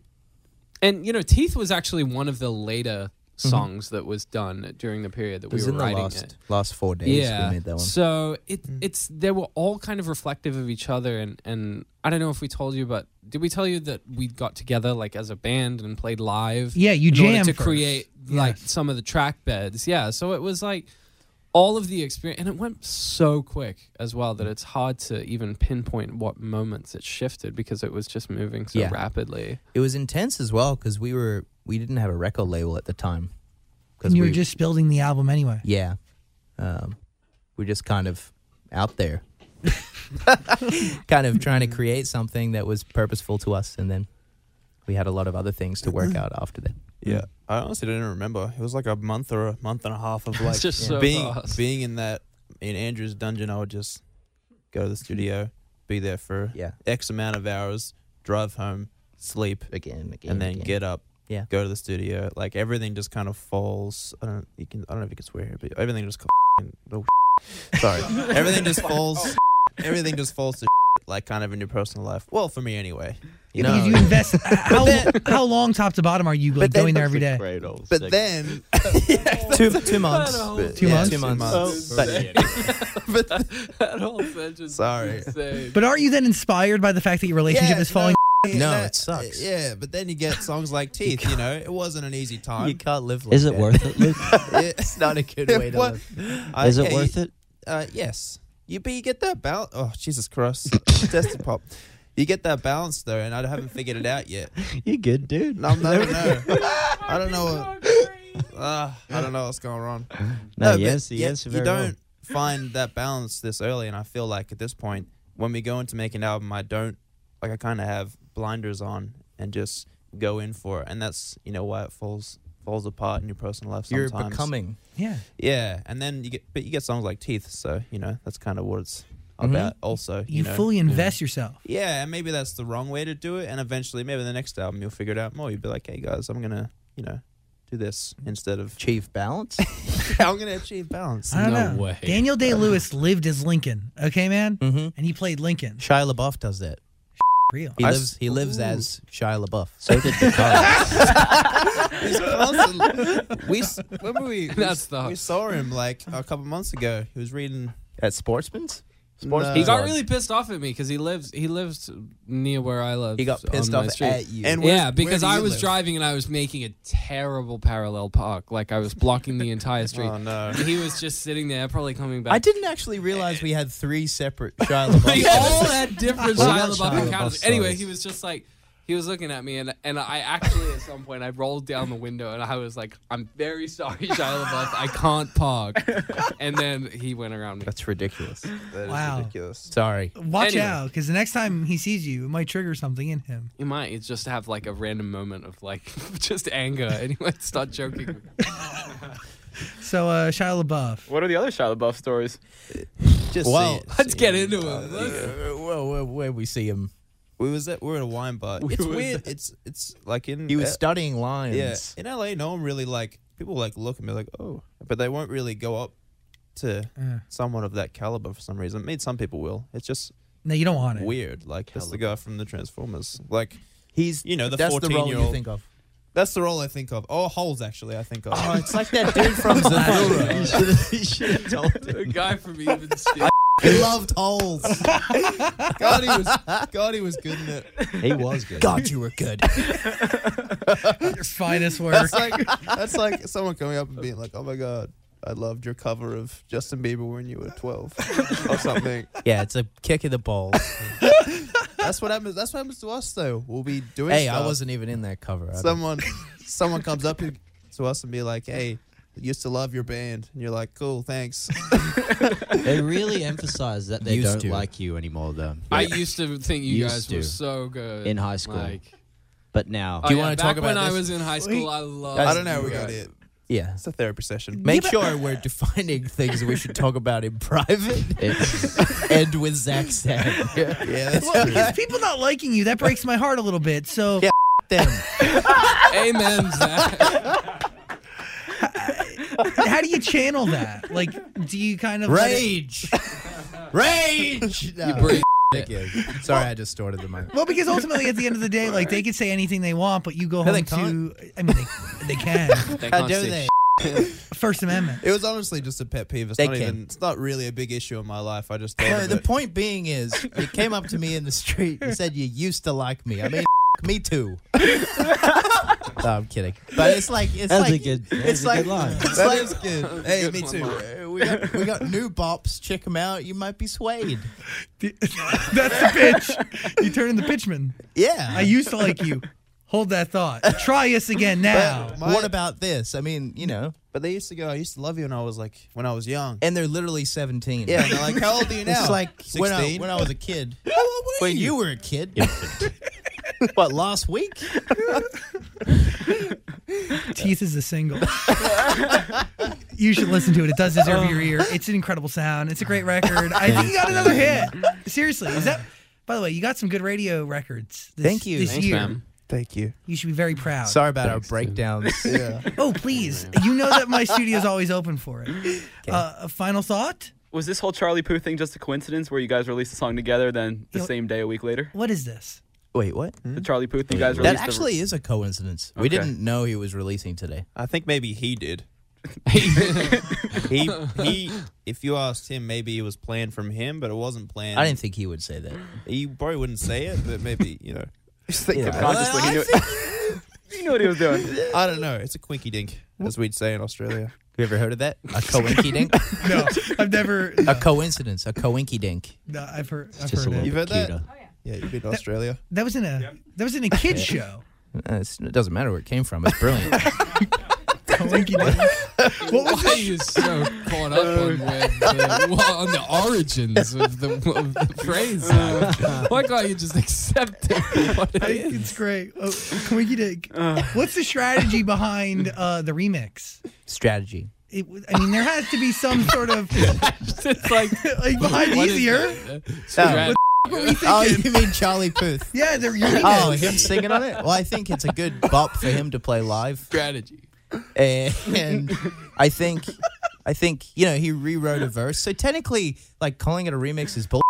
D: and you know, Teeth was actually one of the later songs that was done during the period that
H: Mm-hmm. It was
D: we were
H: in the
D: writing
H: last
D: it.
H: last four days we made that one.
D: So it it's they were all kind of reflective of each other and and I don't know if we told you but did we tell you that we got together like as a band and played live?
F: Yeah, you
D: in order
F: jammed
D: to
F: first.
D: create like
F: Yes.
D: some of the track beds. Yeah, so it was like all of the experience and it went so quick as well that it's hard to even pinpoint what moments it shifted because it was just moving so
H: Yeah.
D: rapidly.
H: It was intense as well because we were we didn't have a record label at the time
F: You were
H: we-
F: just building the album anyway.
H: yeah, um, we're just kind of out there, kind of trying to create something that was purposeful to us, and then we had a lot of other things to work out after that.
G: Yeah, I honestly don't even remember. It was like a month or a month and a half of like
D: just so
G: being
D: fast.
G: being in that in Andrew's dungeon. I would just go to the studio, be there for
H: Yeah.
G: x amount of hours, drive home, sleep,
H: Again, again,
G: and then
H: again.
G: get up.
H: Yeah.
G: go to the studio. Like everything just kind of falls. I don't. You can. I don't know if you can swear here, but everything just. Oh, sorry, everything just falls. Everything just falls to like kind of in your personal life. Well, for me anyway.
H: you
F: Because you
H: know.
F: invest. how, how long top to bottom are you like,
G: then-
F: going there every day?
G: But then
H: two two months,
D: But-
F: Two months?
H: two months.
G: But-
D: that whole sentence.
G: Sorry.
F: But aren't you then inspired by the fact that your relationship
G: Yeah,
F: is falling?
H: No,
G: that-
H: it sucks.
G: Yeah, but then you get songs like Teeth. you know, it wasn't an easy time.
H: You can't live. Like
B: Is it
H: that.
B: worth it, Luke?
H: it's not a good way to
G: What?
H: live.
G: I-
B: Is it
G: yeah,
B: worth
G: you-
B: it?
G: Uh, yes. You but you get that balance. Oh Jesus Christ, Testy pop. You get that balance though, and I haven't figured it out yet.
B: You good, dude?
G: No, I don't know. I don't know. What, uh, I don't know what's going on.
B: No,
G: but
B: yes, the
G: yet
B: answer
G: You
B: very
G: don't
B: well.
G: find that balance this early, and I feel like at this point, when we go into making an album, I don't like I kind of have blinders on and just go in for it, and that's you know why it falls falls apart in your personal life.
H: You're
G: Sometimes.
H: becoming.
F: Yeah.
G: Yeah, and then you get but you get songs like Teeth, so you know that's kind of what it's about. Also, you,
F: You
G: know?
F: fully invest yourself.
G: Yeah, and maybe that's the wrong way to do it. And eventually, maybe the next album you'll figure it out more. You'll be like, hey guys, I'm gonna, you know, do this instead of
H: Achieve balance.
G: I'm gonna achieve balance.
F: I don't
D: No
F: know.
D: way.
F: Daniel Day Lewis lived as Lincoln. Okay, man.
H: mm-hmm.
F: And he played Lincoln.
H: Shia LaBeouf does that.
F: Real.
H: He
G: I s-
H: lives. He lives as Shia LaBeouf.
B: So did the car.
G: He's constantly- we s- remember we we
D: That's
G: s-
D: the-
G: we saw him like a couple months ago. He was reading.
H: At Sportsman's.
G: Sports-
D: He got
G: Uh,
D: really pissed off at me because he lives he lives near where I live.
H: He got
D: on
H: pissed
D: my
H: off
D: street.
H: at you.
G: And where-
D: Yeah, because
G: where do
D: I
G: you
D: was
G: live?
D: driving and I was making a terrible parallel park. Like I was blocking the entire street.
G: Oh no!
D: And he was just sitting there, probably coming back.
H: I didn't actually realize we had three separate Shia LaBeouf.
D: We all had different
H: Well,
D: Shia
H: that's
D: LaBeouf
H: Shia
D: encounters.
H: LaBeouf
D: Anyway,
H: stories.
D: he was just like, he was looking at me, and and I actually at some point I rolled down the window and I was like, I'm very sorry, Shia LaBeouf, I can't park. And then he went around me.
H: That's ridiculous.
G: That is
F: Wow.
G: ridiculous.
H: Sorry.
F: Watch
D: Anyway.
F: out, because the next time he sees you, it might trigger something in him.
D: You might just have like a random moment of like just anger, and he might start joking.
F: So uh, Shia LaBeouf.
E: What are the other Shia LaBeouf stories?
G: Just
H: Well,
G: see it.
D: Let's get into it. Let's-
H: Uh, Well, where, where we see him,
G: we was at we were at a wine bar. it's
D: were
G: weird. It's it's like in
H: he was
G: uh,
H: studying lions.
G: Yeah, in LA, no one really like people like look at me like oh, but they won't really go up to
F: Yeah.
G: someone of that caliber for some reason. I mean, some people will. It's just
F: No, you don't want it.
G: weird. Like that's the guy from the Transformers. Like he's you know the
H: That's the
G: fourteen
H: role
G: year
H: you
G: old.
H: think of.
G: That's the role I think of. Oh, holes actually. I think of.
H: Oh, it's like that dude from Zathura.
D: The guy from Even Steel.
G: he loved holes. God, he was God, he was good in it.
B: he was good.
H: God, you were good.
F: Your finest work.
G: That's like that's like someone coming up and being like, oh my god. I loved your cover of Justin Bieber when you were 12 or something.
H: Yeah, it's a kick of the balls.
G: That's what happens. That's what happens to us, though. We'll be doing.
H: hey,
G: stuff.
H: I wasn't even in that cover. I don't-
G: Someone, someone comes up to us and be like, "Hey, I used to love your band," and you're like, "Cool, thanks."
B: They really emphasize that they
H: Used
B: don't
H: to.
B: like you anymore, though.
D: I used to think you
B: Used
D: guys
B: to.
D: were so good
B: In high school.
D: Like,
B: but now,
D: oh
H: you
D: yeah,
H: wanna
D: back
H: talk
D: when
H: about
D: I
H: this?
D: was in high school? I loved.
G: I don't know.
D: you
G: We got
D: guys.
G: it.
H: yeah.
G: It's a therapy session.
H: Make sure we're defining things we should talk about in private
B: it's,
H: and with Zach said. Yeah.
G: Yeah, that's
F: well,
G: true.
F: because people not liking you, that breaks my heart a little bit. So
H: Yeah. Them.
D: Amen, Zach.
F: how do you channel that? Like, do you kind of let it-
H: Rage. Rage. No.
D: Breathe.
H: Thank you. Sorry, I distorted the mic.
F: Well, because ultimately, at the end of the day, like they can say anything they want, but you go
H: No,
F: home
H: they
F: to. I mean, they, they can.
D: They
H: How
D: can't
H: do they?
D: say sh-
F: First Amendment.
G: It was honestly just a pet peeve. It's
H: They
G: not
H: can.
G: even. It's not really a big issue in my life. I just thought
H: No,
G: of
H: the
G: it.
H: point being is, you came up to me in the street and said you used to like me. I mean, me too. no, I'm kidding. But it's like it's
B: that's
H: like
B: a good. That's
H: it's
B: a
H: like
B: good line.
H: it's
G: That
H: like
G: is good. Hey,
D: good
G: me
D: one,
G: too.
D: Mark.
H: uh, we got we got new bops. Check them out. You might be swayed.
F: That's the pitch. You turn into pitchman.
H: Yeah,
F: I used to like you. Hold that thought. Try us again now.
G: My-
H: what about this? I mean, you know,
G: But they used to go, I used to love you when I was like, when I was young.
H: and they're literally 17.
G: Yeah, and they're like, how old are you now?
H: It's like when I,
G: 16?
H: when I was a kid. when you were a kid. what, last week?
F: Teeth is a single. you should listen to it. It does deserve your ear. It's an incredible sound. It's a great record. I think you got another hit. Seriously, is that? By the way, you got some good radio records. This,
H: Thank you.
F: This
H: Thanks,
F: year,
D: ma'am.
G: Thank you.
F: you should be very proud.
H: Sorry about our breakdowns. Yeah.
F: Oh, please. You know that my studio's always open for it. Uh, a final thought?
E: Was this whole Charlie Poo thing just a coincidence where you guys released a song together, then the
F: You know-
E: same day a week later?
F: What is this?
H: Wait, what?
E: The Charlie Puth you guys
H: Hmm? That
E: released. the-
H: actually is a coincidence. We
E: Okay.
H: didn't know he was releasing today.
G: I think maybe he did. he he. If you asked him, maybe it was planned from him, but it wasn't planned.
H: I didn't think he would say that.
G: He probably wouldn't say it, but maybe you know. Just think
H: Yeah.
G: about it.
E: consciously, he knew, he knew what he was doing.
G: I don't know. It's a quinky dink, as we'd say in Australia.
H: You ever heard of that? A coinky dink?
F: No, I've never.
H: a
F: No,
H: coincidence. A coinky dink.
F: no, I've heard. I've
B: Just a
F: heard
B: little
F: it.
G: You've
B: bit
G: heard that?
B: cuter.
G: Yeah, you've been to Australia.
F: That was in a. That was in a kids show.
H: Uh, it's- it doesn't matter where it came from. It's brilliant.
F: What was
D: Why are you so caught up on, the, the, well, on the origins of the, of the phrase? Why can't you just accept it? for What it
F: I-
D: is?
F: It's great. Oh, Twinkie Dick. What's the strategy behind uh, the remix?
H: Strategy.
F: It, w- I mean, there has to be some sort of like
D: It's like
F: behind
D: what is
F: easier.
D: that? Strat-
H: Oh, you mean Charlie Puth?
F: Yeah, the remix.
H: Oh, him singing on it? Well, I think it's a good bop for him to play live.
D: strategy.
H: and I think I think you know he rewrote a verse. So technically, like calling it a remix is bull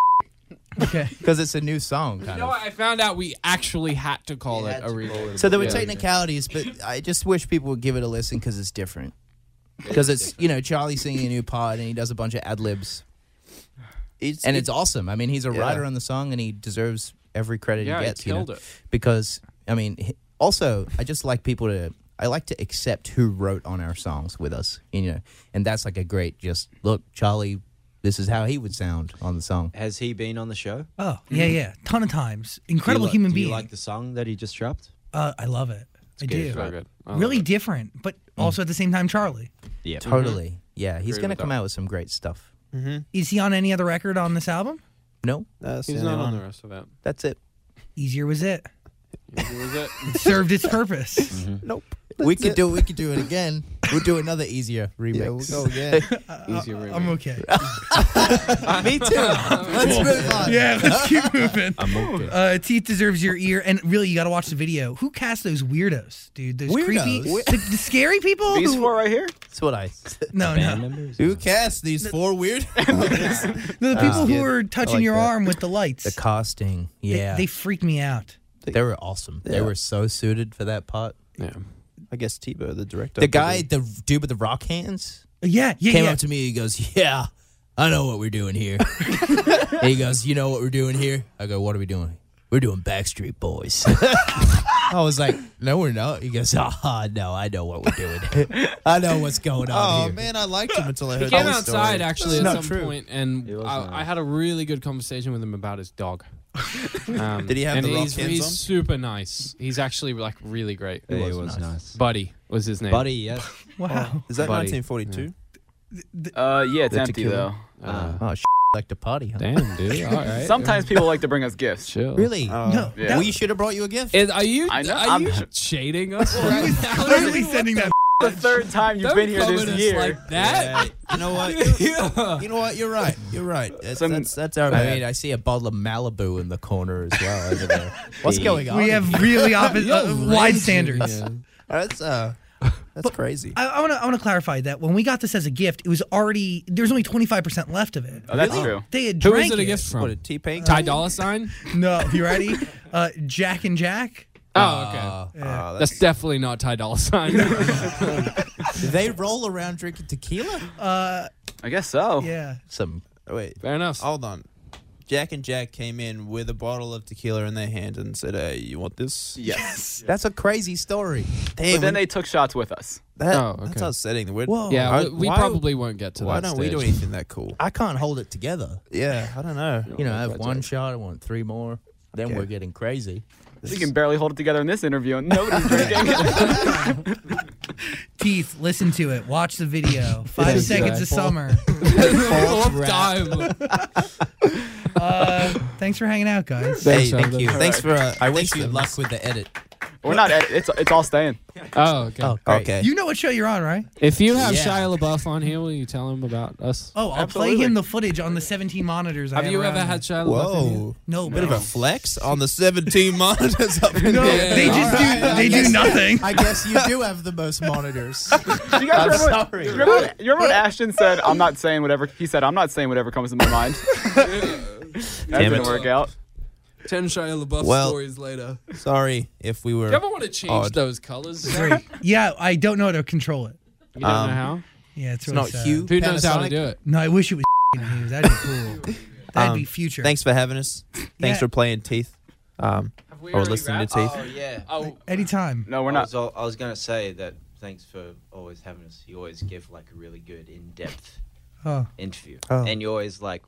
F: Okay.
H: because it's a new song, kind
D: You know,
H: of.
D: what? I found out we actually had to call it a remix.
H: So there were
D: Yeah.
H: technicalities, but I just wish people would give it a listen because it's different. Because it's you know Charlie singing a new part and he does a bunch of ad libs
G: It's,
H: and it's awesome. I mean he's a
G: Yeah.
H: writer on the song and he deserves every credit
D: Yeah,
H: he
D: he
H: gets. you know?
D: killed it.
H: because I mean, h- also I just like people to I like to accept who wrote on our songs with us, you know, and that's like a great just look, Charlie, this is how he would sound on the song.
B: Has he been on the show?
F: Oh, yeah, yeah. Ton of times.
B: Do you
F: Incredible
B: li-
F: human
B: do
F: being.
B: You like the song that he just dropped?
F: uh, I love it. I
B: good.
F: do.
B: It's
D: So good. I love
F: Really
D: it.
F: different, but also at the same time, Charlie.
B: Yeah.
H: Totally, yeah, he's
D: Agree
H: gonna
D: with
H: come
D: that.
H: out with some great stuff.
F: Is he on any other record on this album?
H: No,
G: that's
D: He's not on the rest of it.
H: that's it.
F: Easier was it.
D: Who was it?
F: Served its purpose.
G: Nope.
H: we could do we could do it again. We'll do another easier remix.
G: Yeah, we'll go again.
D: Easier
F: I'm
D: remix.
F: okay.
H: Me too. Let's move on.
F: Yeah, let's keep moving. Uh, teeth deserves your ear, and really, you got to watch the video. Who cast those weirdos, dude? Those creepy,
H: Weirdos?
F: the, the scary people.
E: These
F: who-
E: four right here?
H: That's what I.
F: no,
B: Band
F: no,
B: members?
G: Who cast these four weird?
F: no, the people
H: Ah.
F: who
H: Yeah,
F: were touching
G: like
F: your
G: that.
F: arm with the lights.
H: The casting,
F: They-
H: yeah,
F: they, freaked me out.
H: they, were awesome. They
G: Yeah.
H: were so suited for that part.
D: Yeah.
G: I guess Tebow, the director.
H: The guy, the dude with the rock hands.
F: Yeah, yeah,
H: came
F: yeah.
H: up to me. He goes, "Yeah, I know what we're doing here." and he goes, "You know what we're doing here?" I go, "What are we doing?" We're doing Backstreet Boys. I was like, "No, we're not." He goes, "Ah, no, I know what we're doing. I know what's going on
G: Oh
H: here."
G: man, I liked him until I
D: He
G: heard.
D: came
G: this
D: outside
G: story.
D: actually at
G: It's not
D: some
G: true.
D: point, and
B: It was
D: I,
B: nice.
D: I had a really good conversation with him about his dog. Um,
G: Did he have
D: and
G: the rock
D: he's,
G: hands
D: he's
G: on?
D: super nice. He's actually like really great.
B: It was, nice.
D: Buddy was his name.
B: Buddy, yes.
F: wow.
G: Is that
D: Buddy.
G: 1942?
E: Uh, yeah, it's
G: The
E: empty
G: tequila.
E: though.
D: Uh,
H: Oh, sh- like the party, huh?
D: damn, dude. All right.
E: Sometimes people like to bring us gifts.
D: Chill.
H: Really?
G: Oh,
F: No,
E: yeah.
F: that-
H: we should have brought you a gift.
D: Is, are you?
E: I know,
D: Are
E: I'm-
D: you shading us right now?
F: literally sending that.
E: The third time you've
D: Don't
E: been here
D: come
E: this
D: at us
E: year.
D: like that.
G: You know what?
D: Yeah.
G: You know what? You're right. You're right. That's,
E: Some-
G: that's, that's our
H: I
G: bad.
H: mean, I see a bottle of Malibu in the corner as well over there. What's going on?
F: We have really opposite,
D: You're
F: uh, wide
D: raging,
F: standards.
D: yeah.
G: that's uh, that's crazy.
F: I- I want to I want to clarify that when we got this as a gift, it was already there's only 25 percent left of it.
E: Oh, that's true.
F: They had
D: Who
F: drank
D: is it a gift from?
G: what a T Pain.
D: Ty Dolla Sign?
G: Oh,
F: No, you ready? uh, Jack and Jack.
D: Oh, okay.
G: Oh,
D: That's definitely not Ty Dolla Sign.
H: Do they roll around drinking tequila?
E: I guess so.
F: Yeah.
H: Some
G: wait,
D: Fair enough.
G: hold on. Jack and Jack came in with a bottle of tequila in their hand and said, "Hey, you want this?"
E: Yes.
H: That's a crazy story.
E: But then they took shots with us.
G: That,
D: Oh, okay.
G: That's upsetting. We're,
H: Whoa.
D: yeah,
G: I-
D: we, we
G: why-
D: probably won't get to
G: Why
D: that.
G: don't we
D: stage.
G: do anything that cool?
H: I can't hold it together.
G: Yeah, I don't know.
H: You know, I have one shot. I want three more. Then
A: Okay.
H: we're getting crazy.
E: You can barely hold it together in this interview, and nobody's drinking.
F: Teeth, listen to it. Watch the video. Five
H: Thanks,
F: seconds
H: guys.
F: of summer.
D: Fourth time.
F: Uh, thanks for hanging out, guys.
G: Hey,
D: Thanks,
G: thank
D: Sheldon.
G: you. Thanks for. Uh,
H: I wish you luck with the edit.
E: We're not. ed- It's it's all staying.
D: Oh, okay.
H: Oh, great.
G: Okay.
F: You know what show you're on, right?
D: If you have
H: Yeah.
D: Shia LaBeouf on here, will you tell him about us?
F: Oh, I'll play
E: Absolutely.
F: him the footage on the 17 monitors. I
D: have you
F: around
D: ever
F: me.
D: had Shia LaBeouf? on here?
G: Whoa.
F: No,
G: Bit of
F: but-
G: a flex on the 17 monitors up in
F: No,
G: there.
F: they
D: Yeah,
F: just
H: all right.
F: do. They do nothing.
H: I guess you do have the most monitors.
E: Do you guys remember,
H: sorry.
E: when- do you remember, when- you remember when Ashton said, "I'm not saying whatever." He said, "I'm not saying whatever comes to my mind." that didn't
B: it.
E: work out.
D: Ten Shia LaBeouf
G: Well-
D: stories later.
G: Sorry if we were.
D: You ever want to change
G: Odd.
D: those colors? you
F: Great. Yeah, I don't know how to control it.
D: don't know how?
F: Yeah, it's,
G: It's
F: really
G: not
F: sad.
G: Hugh.
D: Who knows how to
G: Um, Panasonic.
D: do it?
F: No, I wish it was Hugh. That'd be cool. That'd
G: Um,
F: be future.
G: Thanks for having us. Thanks
F: Yeah.
G: for playing Teeth. Um, or listening to Teeth.
B: yeah.
D: Oh,
F: Anytime.
E: No, we're
B: I
E: not.
B: was, al- I was gonna say that. Thanks for always having us. You always give like a really good in-depth
F: Oh,
B: interview,
G: Oh.
B: and you always like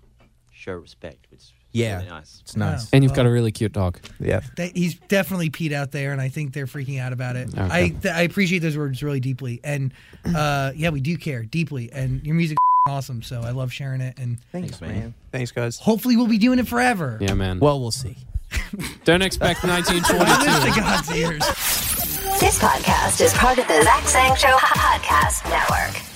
B: show respect, which is
H: Yeah.
B: really nice.
H: It's nice.
D: and you've got a really cute dog.
G: Yeah.
F: They, he's definitely Pete out there, and I think they're freaking out about it.
D: Okay.
F: I th- I appreciate those words really deeply, and uh, yeah, we do care deeply. And your music is awesome, so I love sharing it, and
B: Thanks, man.
G: Thanks, guys.
F: hopefully we'll be doing it forever.
D: Yeah, man.
H: Well, we'll see.
D: don't expect 1942.
F: Honest to God's ears.
C: This podcast is part of the Zach Sang Show Podcast Network.